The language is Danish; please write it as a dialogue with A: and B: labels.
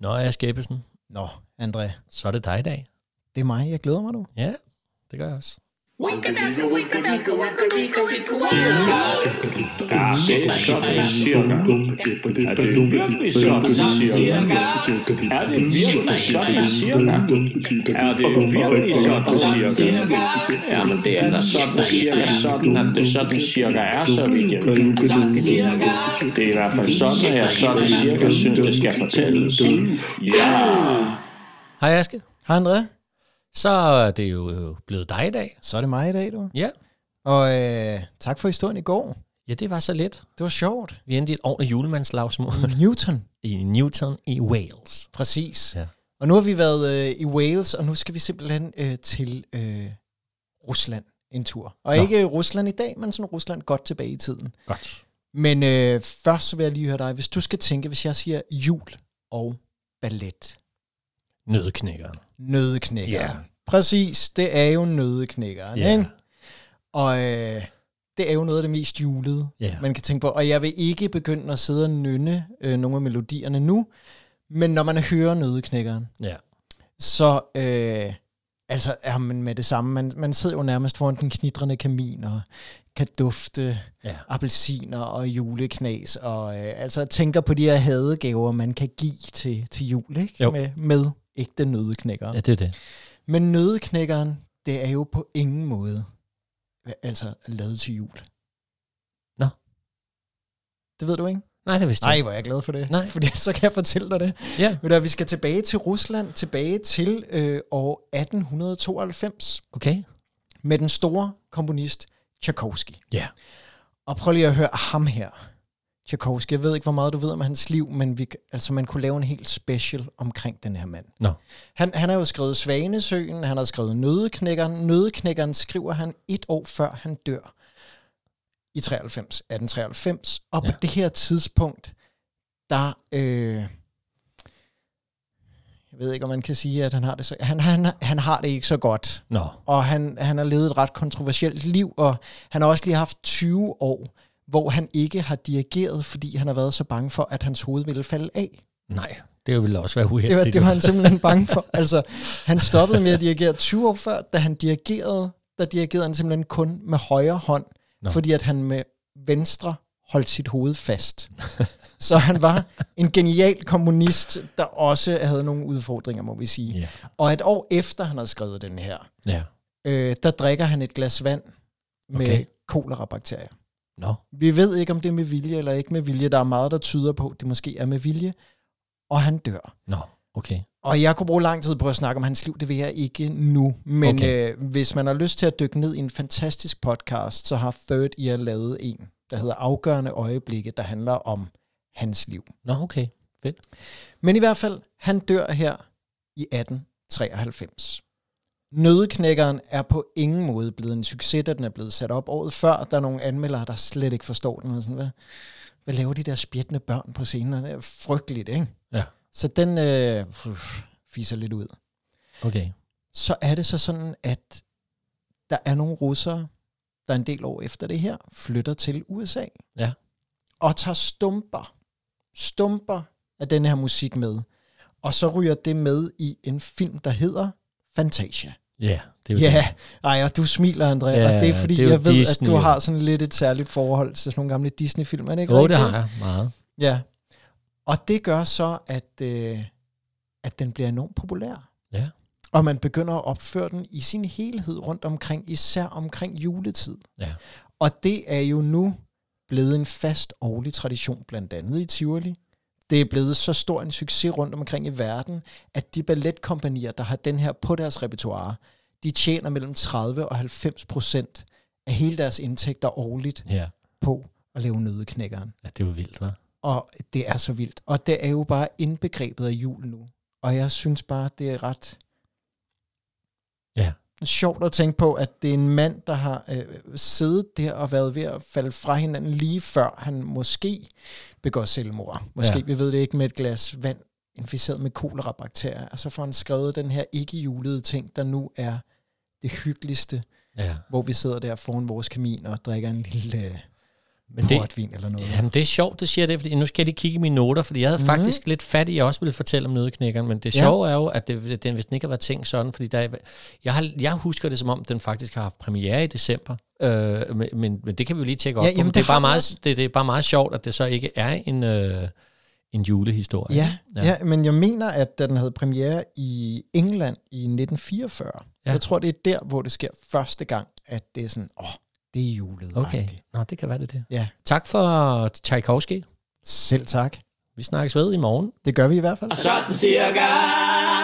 A: Nå, jeg Skæbesen,
B: Nå, André,
A: så er det dig i dag.
B: det er mig. Jeg glæder mig nu.
A: Ja, det gør jeg også.
C: Det er sådan cirka. Er det virkelig sådan cirka? Er det virkelig sådan cirka? Er det virkelig sådan cirka? Jamen det er da sådan cirka sådan, at det sådan cirka er, så vidt jeg ved. Det er i hvert fald sådan, at jeg sådan cirka synes, det skal fortælles. Ja!
A: Hej Aske.
B: Hej André.
A: Så er det jo øh, blevet dig i dag.
B: Så er det mig i dag, du.
A: Ja.
B: Og øh, tak for historien i går.
A: Ja, det var så let.
B: Det var sjovt.
A: Vi endte i et ordentligt julemandslagsmål
B: Newton.
A: i Newton i Wales.
B: Præcis.
A: Ja.
B: Og nu har vi været øh, i Wales, og nu skal vi simpelthen øh, til øh, Rusland en tur. Og
A: Nå.
B: Nå. ikke øh, Rusland i dag, men sådan Rusland godt tilbage i tiden.
A: Godt.
B: Men øh, først så vil jeg lige høre dig, hvis du skal tænke, hvis jeg siger jul og ballet.
A: Nødknækkeren.
B: Nødeknækkeren.
A: Ja.
B: Præcis, det er jo nødeknækkeren,
A: Ja.
B: ikke? Og øh, det er jo noget af det mest julede,
A: Ja.
B: man kan tænke på. Og jeg vil ikke begynde at sidde og nynne øh, nogle af melodierne nu, men når man hører nødeknækkeren,
A: Ja.
B: så øh, altså, er man med det samme. Man, man sidder jo nærmest foran den knitrende kamin og kan dufte
A: Ja.
B: appelsiner og juleknas, og øh, altså tænker på de her hadegaver, man kan give til, til jul, ikke?
A: Jo.
B: Med, med ægte nødeknækkere.
A: Ja, det er det.
B: Men nødeknækkeren, det er jo på ingen måde altså lavet til jul.
A: Nå.
B: Det ved du ikke?
A: Nej, det vidste jeg.
B: Nej, hvor er jeg glad for det.
A: Nej.
B: Fordi så kan jeg fortælle dig det.
A: Ja.
B: Men da vi skal tilbage til Rusland, tilbage til øh, år 1892
A: Okay.
B: med den store komponist Tchaikovsky.
A: Ja.
B: Og prøv lige at høre ham her. Tchaikovsky, jeg ved ikke, hvor meget du ved om hans liv, men vi, altså, man kunne lave en helt special omkring den her mand.
A: Nå.
B: Han, han har jo skrevet Svanesøen, han har skrevet Nødeknækkeren. Nødeknækkeren skriver han et år før han dør i 93, 1893. Og ja.
A: Ja.
B: på det her tidspunkt, der... Øh, jeg ved ikke, om man kan sige, at han har det, så, han, han, han har det ikke så godt
A: Nå.
B: og han, han har levet et ret kontroversielt liv, og han har også lige haft 20 år, hvor han ikke har dirigeret, fordi han har været så bange for, at hans hoved ville falde af.
A: Nej, det ville også være
B: Det
A: uheldigt.
B: var, det var han simpelthen bange for. Altså, han stoppede med at dirigere 20 år før, da han dirigerede, der dirigerede han simpelthen kun med højre hånd,
A: Nå.
B: Nå. fordi at han med venstre holdt sit hoved fast. Så han var en genial kommunist, der også havde nogle udfordringer, må vi sige.
A: Ja.
B: Og et år efter han havde skrevet den her,
A: Ja.
B: øh, der drikker han et glas vand med
A: Okay.
B: okay. kolerabakterier.
A: Nå.
B: Vi ved ikke, om det er med vilje eller ikke med vilje. Der er meget, der tyder på, at det måske er med vilje. Og han dør.
A: Nå. Okay.
B: Og jeg kunne bruge lang tid på at snakke om hans liv, det vil jeg ikke nu. Men
A: Okay.
B: okay. øh, hvis man har lyst til at dykke ned i en fantastisk podcast, så har Third Ear lavet en, der hedder Afgørende Øjeblikke, der handler om hans liv.
A: Nå, okay. Fedt.
B: Men i hvert fald, han dør her i 1893. Nødeknækkeren er på ingen måde blevet en succes, da den er blevet sat op året før. Der er nogle anmeldere, der slet ikke forstår den. Og sådan, hvad, hvad laver de der spjættende børn på scenen? Det er frygteligt, ikke?
A: Ja.
B: Så den øh, pff, fiser lidt ud.
A: Okay.
B: Så er det så sådan, at der er nogle russere, der en del år efter det her, flytter til USA.
A: Ja.
B: Og tager stumper, stumper af den her musik med. Og så ryger det med i en film, der hedder Fantasia.
A: Ja, det er jo det.
B: Ja, ej, og du smiler, André,
A: Ja,
B: ja, og det er fordi,
A: det
B: det
A: er
B: er
A: jo
B: jeg ved,
A: Disney,
B: at du
A: jo.
B: har sådan lidt et særligt forhold til sådan nogle gamle Disney-film, er det ikke
A: Jo, det
B: rigtigt?
A: har jeg meget.
B: Ja, og det gør så, at, øh, at den bliver enormt populær.
A: Ja.
B: Og man begynder at opføre den i sin helhed rundt omkring, især omkring juletid.
A: Ja.
B: Og det er jo nu blevet en fast årlig tradition, blandt andet i Tivoli. Det er blevet så stor en succes rundt omkring i verden, at de balletkompanier, der har den her på deres repertoire, de tjener mellem 30 og 90 procent af hele deres indtægter årligt
A: Ja.
B: på at lave nødeknækkeren.
A: ja, det var vildt, hva'?
B: Og det er så vildt. Og det er jo bare indbegrebet af jul nu. Og jeg synes bare, det er ret
A: Ja.
B: sjovt at tænke på, at det er en mand, der har øh, siddet der og været ved at falde fra hinanden lige før han måske begår selvmord. Måske,
A: Ja.
B: ja. vi ved det ikke, med et glas vand inficeret med kolerabakterier. Og så får han skrevet den her ikke-julede ting, der nu er det hyggeligste,
A: Ja.
B: hvor vi sidder der foran vores kamin og drikker en lille øh,
A: Men det,
B: portvin eller noget.
A: Jamen, det er sjovt, du siger det, fordi nu skal jeg lige kigge i mine noter, fordi jeg havde mm. faktisk lidt fat i, at jeg også ville fortælle om nødeknækkeren, men det
B: Ja.
A: sjove er jo, at det, den, hvis den ikke har været tænkt sådan, fordi der, er- jeg, har, jeg husker det som om, den faktisk har haft premiere i december, øh, men, men, men det kan vi jo lige tjekke op
B: Ja,
A: på,
B: jamen,
A: men
B: det
A: det, er
B: har
A: bare
B: den også.
A: meget, det, det er bare meget sjovt, at det så ikke er en, øh, en julehistorie.
B: Ja,
A: Ja.
B: ja. ja, men jeg mener, at da den havde premiere i England i 1944,
A: Ja.
B: ja. jeg tror, det er der, hvor det sker første gang, at det er sådan, åh, det er julet.
A: Okay, Nå, det kan være det der.
B: Ja.
A: Tak for Tchaikovsky.
B: Selv tak.
A: Vi snakkes ved i morgen.
B: Det gør vi i hvert fald.
C: Sådan cirka.